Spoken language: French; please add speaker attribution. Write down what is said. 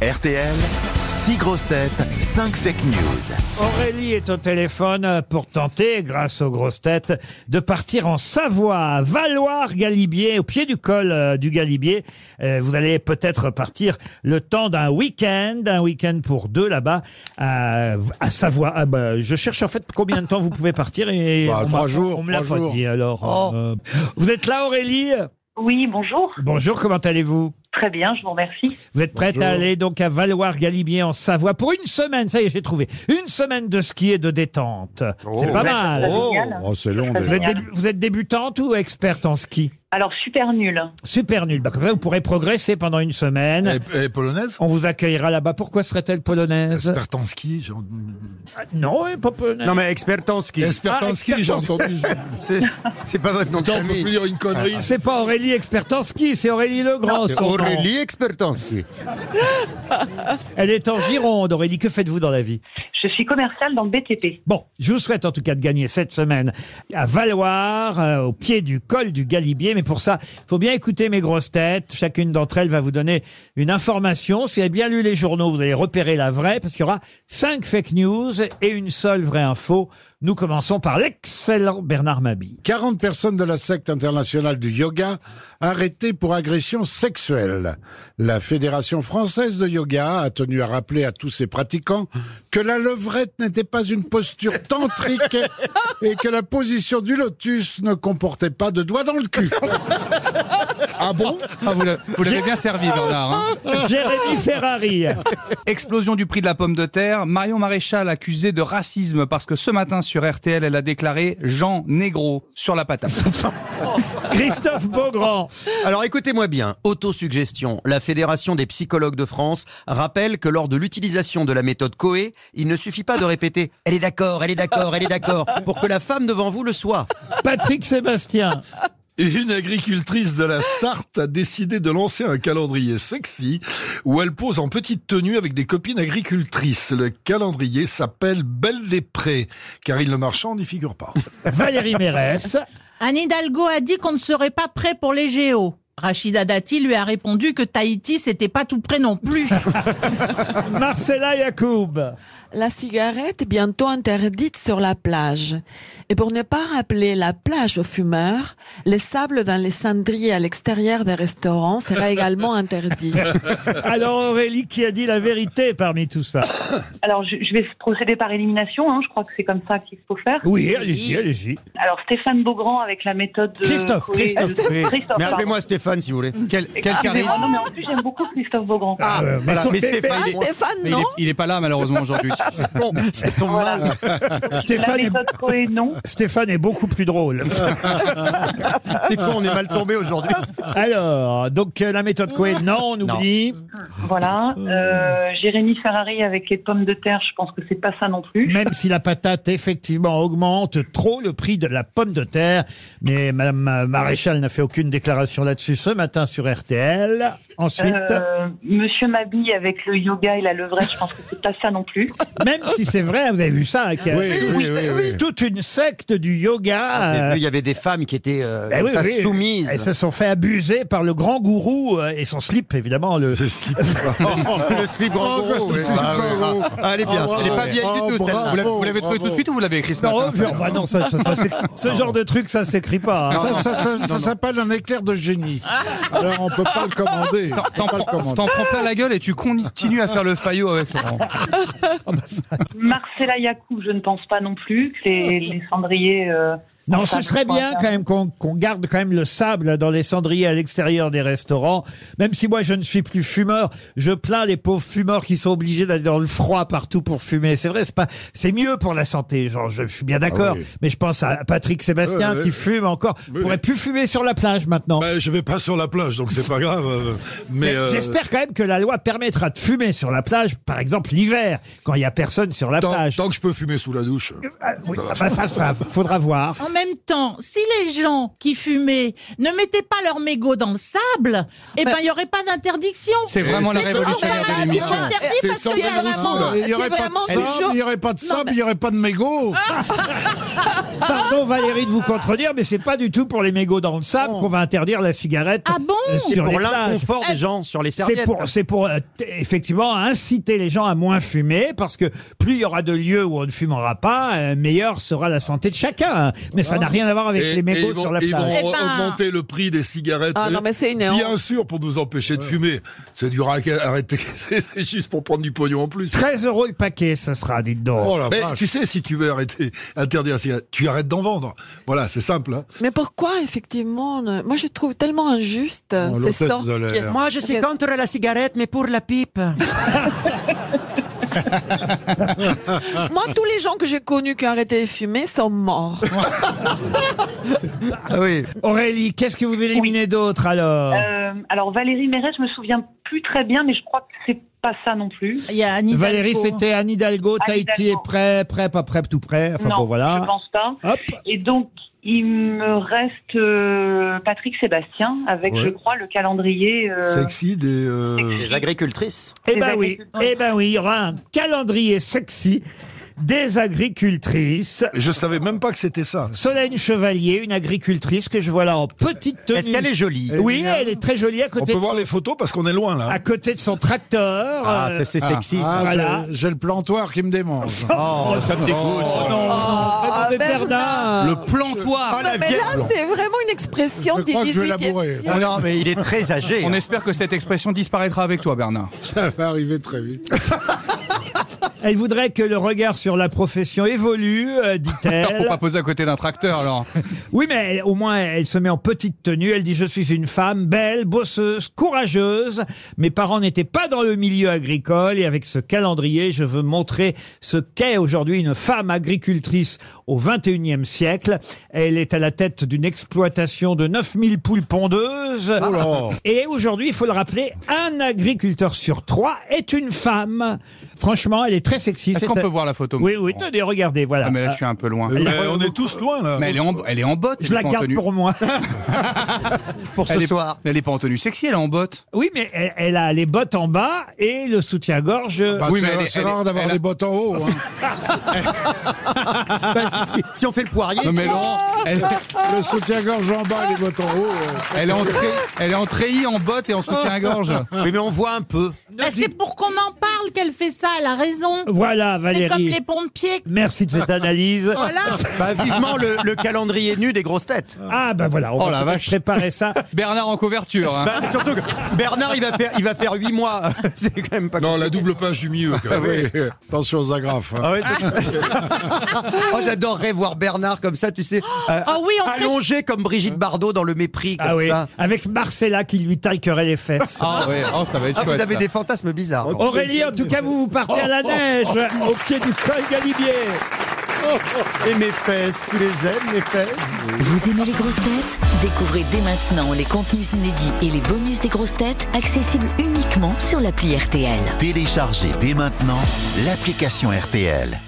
Speaker 1: RTL, 6 grosses têtes, 5 fake news.
Speaker 2: Aurélie est au téléphone pour tenter, grâce aux grosses têtes, de partir en Savoie, à Valoir-Galibier, au pied du col euh, du Galibier. Euh, vous allez peut-être partir le temps d'un week-end, un week-end pour deux là-bas, à, à Savoie. Ah bah, je cherche en fait combien de temps vous pouvez partir et
Speaker 3: Bah,
Speaker 2: on
Speaker 3: trois
Speaker 2: m'a-
Speaker 3: jours,
Speaker 2: on me l'a
Speaker 3: trois
Speaker 2: pas
Speaker 3: jours.
Speaker 2: dit alors.
Speaker 4: Oh.
Speaker 2: Euh, vous êtes là Aurélie
Speaker 4: Oui, bonjour.
Speaker 2: Bonjour, comment allez-vous
Speaker 4: Très bien, je vous remercie.
Speaker 2: Vous êtes prête à
Speaker 3: Bonjour.
Speaker 2: aller donc à Valoir-Galibier en Savoie pour une semaine, ça y est, j'ai trouvé. Une semaine de ski et de détente. C'est
Speaker 3: Oh.
Speaker 2: pas
Speaker 3: Ouais,
Speaker 2: mal.
Speaker 4: Oh, génial.
Speaker 3: oh, c'est long
Speaker 4: Ça
Speaker 2: Vous
Speaker 3: déjà.
Speaker 4: serait
Speaker 2: êtes,
Speaker 4: bien.
Speaker 2: débu- vous êtes débutante ou experte en ski
Speaker 4: Alors, super nul.
Speaker 2: Super nul. Bah, comme ça, vous pourrez progresser pendant une
Speaker 3: Eh
Speaker 2: semaine.
Speaker 3: ben.
Speaker 5: Elle, est- elle est polonaise
Speaker 2: On vous accueillera là-bas. Pourquoi serait-elle polonaise
Speaker 5: Expert en ski, j'ai
Speaker 2: Ah, Non, elle est pas polonaise.
Speaker 6: Non mais expert en ski.
Speaker 5: Expert
Speaker 2: Ah,
Speaker 5: en ski, j'ai entendu. je-
Speaker 6: C'est c'est pas votre nom de
Speaker 5: Putain, on peut plus
Speaker 6: famille.
Speaker 5: dire une connerie.
Speaker 2: C'est pas Aurélie experte en ski, Ah, c'est Aurélie Legrand.
Speaker 6: C'est
Speaker 2: son nom.
Speaker 6: Aurélie expert en ski.
Speaker 2: Elle est en Gironde. Aurélie, que faites-vous dans la vie
Speaker 4: Je suis commerciale dans le BTP.
Speaker 2: Bon, je vous souhaite en tout cas de gagner cette semaine à Valoir, euh, au pied du col du Galibier. Mais pour ça, faut bien écouter mes grosses têtes. Chacune d'entre elles va vous donner une information. Si vous avez bien lu les journaux, vous allez repérer la vraie, parce qu'il y aura cinq fake news et une seule vraie info. Nous commençons par l'excellent Bernard Mabille.
Speaker 3: 40 personnes de la secte internationale du yoga arrêtées pour agression sexuelle. La Fédération française de yoga a tenu à rappeler à tous ses pratiquants que la levrette n'était pas une posture tantrique et que la position du lotus ne comportait pas de doigts dans le cul.
Speaker 7: Ah bon Ah, Vous l'a- vous l'avez bien servi, Bernard. hein.
Speaker 2: Jérémy Ferrari.
Speaker 7: Explosion du prix de la pomme de terre. Marion Maréchal accusée de racisme parce que ce matin sur RTL, elle a déclaré Jean Négro sur la patate.
Speaker 2: Christophe Beaugrand.
Speaker 6: Alors écoutez-moi bien.
Speaker 8: Autosuggestion. La Fédération des psychologues de France rappelle que lors de l'utilisation de la méthode Coé, il ne suffit pas de répéter Elle est d'accord, elle est d'accord, elle est d'accord pour que la femme devant vous le soit.
Speaker 2: Patrick Sébastien.
Speaker 5: Une agricultrice de la Sarthe a décidé de lancer un calendrier sexy où elle pose en petite tenue avec des copines agricultrices. Le calendrier s'appelle Belle des Prés, car il le marchand n'y figure pas.
Speaker 2: Valérie Mérès.
Speaker 9: Anne Hidalgo a dit qu'on ne serait pas prêt pour les géos. Rachida Dati lui a répondu que Tahiti, c'était pas tout prêt non plus.
Speaker 2: Marcella Yacoub.
Speaker 10: La cigarette bientôt interdite sur la plage. Et pour ne pas rappeler la plage aux fumeurs, les sables dans les cendriers à l'extérieur des restaurants sera également interdit. Ah,
Speaker 2: Alors Aurélie, qui a dit la vérité parmi tout ça
Speaker 4: Alors, je, je vais procéder par élimination. hein. Je crois que c'est comme ça qu'il faut faire.
Speaker 2: Oui, allez-y, allez-y.
Speaker 4: Alors, Stéphane Beaugrand avec la méthode de...
Speaker 2: Christophe,
Speaker 4: Coé-
Speaker 2: Christophe.
Speaker 4: euh,
Speaker 6: Oui.
Speaker 4: Christophe,
Speaker 6: Mais
Speaker 4: pardon.
Speaker 6: appelez-moi Stéphane si vous voulez.
Speaker 7: Quel, quel
Speaker 4: Ah, mais-
Speaker 7: charisme.
Speaker 4: ah, non, mais en plus, j'aime beaucoup Christophe Beaugrand.
Speaker 6: Ah,
Speaker 2: Euh,
Speaker 6: voilà.
Speaker 2: mais
Speaker 6: mais
Speaker 2: Stéphane-
Speaker 6: Stéphane,
Speaker 10: Ah, Stéphane,
Speaker 7: Mais il,
Speaker 10: non
Speaker 7: est, il est pas là, malheureusement, aujourd'hui.
Speaker 6: bon, c'est ton mal.
Speaker 4: La
Speaker 2: Stéphane, est,
Speaker 4: méthode Coé, non.
Speaker 2: Stéphane est beaucoup plus drôle.
Speaker 6: C'est quoi On est mal tombé aujourd'hui.
Speaker 2: Alors, donc euh, la méthode Cohen, non, on
Speaker 6: Non.
Speaker 2: oublie.
Speaker 4: Voilà.
Speaker 2: Oh.
Speaker 4: Euh, Jérémy Ferrari avec les pommes de terre, je pense que c'est pas ça non plus.
Speaker 2: Même si la patate, effectivement, augmente trop le prix de la pomme de terre. Mais Madame euh, Maréchal n'a fait aucune déclaration là-dessus ce matin sur RTL. Ensuite,
Speaker 4: Euh, Monsieur Mabille avec le yoga et la levrette, je pense que c'est pas ça non plus.
Speaker 2: même si c'est vrai, vous avez vu ça, hein, qu'il y a
Speaker 3: Oui, oui, oui, oui.
Speaker 2: toute une secte du
Speaker 8: Ah, J'ai
Speaker 2: yoga.
Speaker 8: vu,
Speaker 2: euh,
Speaker 8: Il y avait des femmes qui étaient euh,
Speaker 2: ben
Speaker 8: comme
Speaker 2: oui,
Speaker 8: ça,
Speaker 2: oui,
Speaker 8: soumises.
Speaker 2: Elles se sont fait abuser par le grand gourou euh, et son slip, évidemment. Le...
Speaker 6: Le slip grand
Speaker 3: Oh, ça,
Speaker 6: gros,
Speaker 3: c'est
Speaker 6: oui.
Speaker 3: super
Speaker 6: Ah, oui.
Speaker 3: gros.
Speaker 6: Ah,
Speaker 2: Oh,
Speaker 6: Elle est bien. Elle est pas vieille du tout
Speaker 3: Oh, bravo.
Speaker 7: Vous
Speaker 6: celle-là.
Speaker 7: l'avez- vous l'avez trouvé tout de suite ou vous l'avez écrit ce
Speaker 2: Non,
Speaker 7: matin ça
Speaker 2: non, bah non, ça- ça- ça s'écrit- ce genre de truc, ça s'écrit pas. hein.
Speaker 3: Ça, ça- ça- ça s'appelle un éclair de génie. Alors on peut pas le commander. On
Speaker 7: T'en- T'en
Speaker 3: peut pas le
Speaker 7: prends,
Speaker 3: commander.
Speaker 7: t'en prends plein la gueule et tu continues à faire le faillot avec Laurent.
Speaker 4: Marcella Yacoub, je ne pense pas non plus. que Les, les cendriers. euh,
Speaker 2: Oh. Non,
Speaker 4: enfin,
Speaker 2: ce
Speaker 4: je
Speaker 2: serait
Speaker 4: crois
Speaker 2: bien
Speaker 4: pas.
Speaker 2: quand même qu'on qu'on garde quand même le sable dans les cendriers à l'extérieur des restaurants. Même si moi je ne suis plus fumeur, je plains les pauvres fumeurs qui sont obligés d'aller dans le froid partout pour fumer. C'est vrai, c'est pas, c'est mieux pour la santé. Genre, je, je suis bien d'accord.
Speaker 3: oui.
Speaker 2: Mais je pense à Patrick Sébastien
Speaker 5: Ouais, ouais.
Speaker 2: qui fume encore.
Speaker 5: Oui,
Speaker 2: Pourrait
Speaker 5: oui.
Speaker 2: plus fumer sur la plage maintenant.
Speaker 5: Bah, je vais pas sur la plage, donc c'est pas grave. euh, Mais,
Speaker 2: Mais
Speaker 5: euh,
Speaker 2: J'espère quand même que la loi permettra de fumer sur la plage, par exemple l'hiver, quand il y a personne sur la
Speaker 5: tant,
Speaker 2: plage.
Speaker 5: tant que je peux fumer sous la douche.
Speaker 2: Ah, oui, enfin, ça, ça faudra voir.
Speaker 9: En même temps, si les gens qui fumaient ne mettaient pas leur mégot dans le sable, eh ben, il n'y aurait pas d'interdiction.
Speaker 7: C'est vraiment la
Speaker 9: Mais
Speaker 7: révolution
Speaker 9: on parle
Speaker 7: de
Speaker 9: à-
Speaker 7: l'émission.
Speaker 9: on interdit
Speaker 3: C'est
Speaker 9: parce
Speaker 3: sans
Speaker 9: qu'il y a
Speaker 3: Madame
Speaker 9: vraiment-
Speaker 3: Rousseau, là. Il n'y
Speaker 9: y a
Speaker 3: aurait pas de
Speaker 9: vraiment
Speaker 3: sable,
Speaker 9: toujours-
Speaker 3: il n'y aurait pas de sable, il n'y aurait pas de mégots.
Speaker 2: Pardon Valérie de vous contredire, mais c'est pas du tout pour les mégots dans le sable qu'on va interdire la cigarette.
Speaker 9: Ah bon
Speaker 2: euh,
Speaker 8: C'est
Speaker 2: sur
Speaker 8: pour
Speaker 2: les plages.
Speaker 8: l'inconfort des gens sur les
Speaker 2: C'est
Speaker 8: serviettes.
Speaker 2: pour, c'est pour euh, t- effectivement inciter les gens à moins fumer parce que plus il y aura de lieux où on ne fumera pas, euh, meilleure sera la santé de chacun. Mais
Speaker 4: Hein
Speaker 2: ça n'a rien à voir avec
Speaker 5: Et-
Speaker 2: les
Speaker 5: et
Speaker 2: mégots
Speaker 5: ils vont,
Speaker 2: sur la
Speaker 5: et ils
Speaker 2: plage.
Speaker 5: vont
Speaker 9: Eh ben-
Speaker 5: augmenter le prix des cigarettes.
Speaker 10: Ah non, mais c'est une
Speaker 5: Bien
Speaker 10: honte.
Speaker 5: sûr, pour nous empêcher de fumer. C'est du racket. Arrêtez. C'est c'est juste pour prendre du pognon en plus.
Speaker 2: 13 euros le paquet, ça sera, dites donc.
Speaker 3: Oh la
Speaker 5: Mais
Speaker 3: vache.
Speaker 5: tu sais, si tu veux arrêter, interdire la cigarette, tu arrêtes d'en vendre. Voilà, c'est simple. hein.
Speaker 10: Mais pourquoi, effectivement euh, Moi, je trouve tellement injuste euh,
Speaker 3: Oh,
Speaker 10: ces
Speaker 3: l'hôtesse
Speaker 10: sortes.
Speaker 3: de l'air.
Speaker 10: qui-
Speaker 8: Moi, je suis contre la cigarette, mais pour la pipe.
Speaker 10: Moi, tous les gens que j'ai connus qui ont arrêté de fumer sont morts.
Speaker 8: Ah oui.
Speaker 2: Aurélie, qu'est-ce que vous éliminez d'autre alors
Speaker 4: Euh, alors Valérie Mérès, je me souviens plus très bien, mais je crois que c'est pas ça non plus.
Speaker 2: Ah,
Speaker 9: Il y a Annie
Speaker 2: Valérie,
Speaker 9: Dalco.
Speaker 2: c'était Anne Hidalgo,
Speaker 4: Anne
Speaker 2: Tahiti est
Speaker 4: Hidalgo.
Speaker 2: prêt, prêt, pas prêt, tout prêt. Enfin
Speaker 4: non,
Speaker 2: bon, voilà.
Speaker 4: je pense pas.
Speaker 2: Hop.
Speaker 4: Et donc il me reste euh, Patrick Sébastien avec,
Speaker 5: Ouais.
Speaker 4: je crois, le calendrier. euh,
Speaker 5: Sexy des. euh,
Speaker 8: Les agricultrices.
Speaker 2: Eh
Speaker 4: Des
Speaker 2: ben oui,
Speaker 4: agriculteurs.
Speaker 2: eh ben oui, il y aura un calendrier sexy des agricultrices.
Speaker 5: Je savais même pas que c'était ça.
Speaker 2: Solène Chevalier, une agricultrice que je vois là en petite tenue.
Speaker 8: Est-ce qu'elle est jolie
Speaker 2: Oui, elle est très jolie à
Speaker 5: On
Speaker 2: côté, de
Speaker 5: peut voir
Speaker 2: son,
Speaker 5: les photos parce qu'on est loin là.
Speaker 2: à côté de son tracteur.
Speaker 8: hein. Ah,
Speaker 2: euh,
Speaker 8: ça, c'est
Speaker 7: Ah.
Speaker 8: sexy. ça.
Speaker 3: Ah,
Speaker 2: Voilà.
Speaker 3: j'ai- J'ai le plantoir qui me démange.
Speaker 8: Oh, ça me dégoûte.
Speaker 9: Oh,
Speaker 2: non, attendez,
Speaker 10: Bernard.
Speaker 2: Ah, ben, Bernard.
Speaker 7: Le plantoir.
Speaker 10: Non, mais là, c'est vraiment une expression
Speaker 3: Je
Speaker 10: du
Speaker 3: crois que je vais
Speaker 10: 18e
Speaker 3: labourer.
Speaker 10: siècle.
Speaker 8: Non, non, mais il est très âgé. hein,
Speaker 7: On espère que cette expression disparaîtra avec toi, Bernard.
Speaker 3: Ça va arriver très vite.
Speaker 2: Elle voudrait que le regard sur la profession évolue, euh,
Speaker 7: Faut
Speaker 2: dit-elle.
Speaker 7: pas poser à côté d'un tracteur, alors.
Speaker 2: Oui, mais elle- au moins, elle se met en petite tenue. Elle dit, je suis une femme belle, bosseuse, courageuse. Mes parents n'étaient pas dans le milieu agricole et avec ce calendrier, je veux montrer ce qu'est aujourd'hui une femme agricultrice au 21e siècle. Elle est à la tête d'une exploitation de 9000 poules pondeuses.
Speaker 3: Oh là.
Speaker 2: Et aujourd'hui, il faut le rappeler, un agriculteur sur trois est une femme. Franchement, elle est très sexy.
Speaker 7: Est-ce
Speaker 2: cette-
Speaker 7: qu'on peut voir la photo
Speaker 2: Oui, oui, tenez, regardez, voilà.
Speaker 7: Ah, mais là, je suis un peu loin.
Speaker 5: Mais on est euh, tous loin là.
Speaker 7: Mais elle est en, elle est en botte.
Speaker 2: Euh, Je la garde pour moi.
Speaker 8: pour
Speaker 7: elle
Speaker 8: ce
Speaker 7: est-
Speaker 8: soir.
Speaker 7: Elle est pas en tenue sexy, elle est en botte.
Speaker 2: Oui, mais elle, elle a les bottes en bas et le soutien-gorge.
Speaker 3: Bah,
Speaker 7: Oui,
Speaker 3: c'est-
Speaker 7: mais elle est-
Speaker 3: c'est
Speaker 7: elle
Speaker 3: rare
Speaker 7: est-
Speaker 3: d'avoir
Speaker 7: elle a-
Speaker 3: des bottes en haut. hein.
Speaker 8: Bah, si, si- si on fait le poirier,
Speaker 7: Non, mais
Speaker 8: c'est-
Speaker 7: non. Elle,
Speaker 3: Le soutien-gorge en bas, les bottes en haut. euh.
Speaker 7: elle est en tré- elle est en treillis, en botte et en soutien-gorge.
Speaker 8: Oui, mais on voit un peu.
Speaker 9: Bah, c'est pour qu'on en parle qu'elle fait ça, elle a raison.
Speaker 2: Voilà,
Speaker 9: C'est comme
Speaker 2: Valérie.
Speaker 9: les Oh, pompiers.
Speaker 2: Merci de cette analyse.
Speaker 9: Voilà.
Speaker 8: Bah, vivement le, le calendrier nu des grosses têtes.
Speaker 2: Ah, ben voilà, on
Speaker 7: Oh, la
Speaker 2: va peut-être
Speaker 7: vache.
Speaker 2: préparer ça.
Speaker 7: Bernard en couverture. hein.
Speaker 8: Bah, surtout que Bernard, il va faire, il va faire 8 mois. C'est quand même pas.
Speaker 5: Non, la double page du milieu. Quand même.
Speaker 3: Attention aux agrafes. hein.
Speaker 8: Ah ouais, c'est- oh, j'adorerais voir Bernard comme ça, tu sais, euh,
Speaker 9: Ah oui, on fait
Speaker 8: allongé comme Brigitte Bardot dans le mépris comme
Speaker 2: Ah oui,
Speaker 8: ça.
Speaker 2: avec Marcella qui lui taillerait les fesses.
Speaker 7: Ah ouais, oh, ça va être
Speaker 8: Ah, vous
Speaker 7: chouette,
Speaker 8: avez
Speaker 7: ça.
Speaker 8: des fantasmes bizarres.
Speaker 2: Aurélie, en tout cas, vous vous partez
Speaker 7: Oh,
Speaker 2: à la neige au pied du col Galibier.
Speaker 8: Et mes fesses, tu les aimes, mes fesses
Speaker 11: Vous aimez les grosses têtes Découvrez dès maintenant les contenus inédits et les bonus des grosses têtes accessibles uniquement sur l'appli RTL.
Speaker 1: Téléchargez dès maintenant l'application RTL.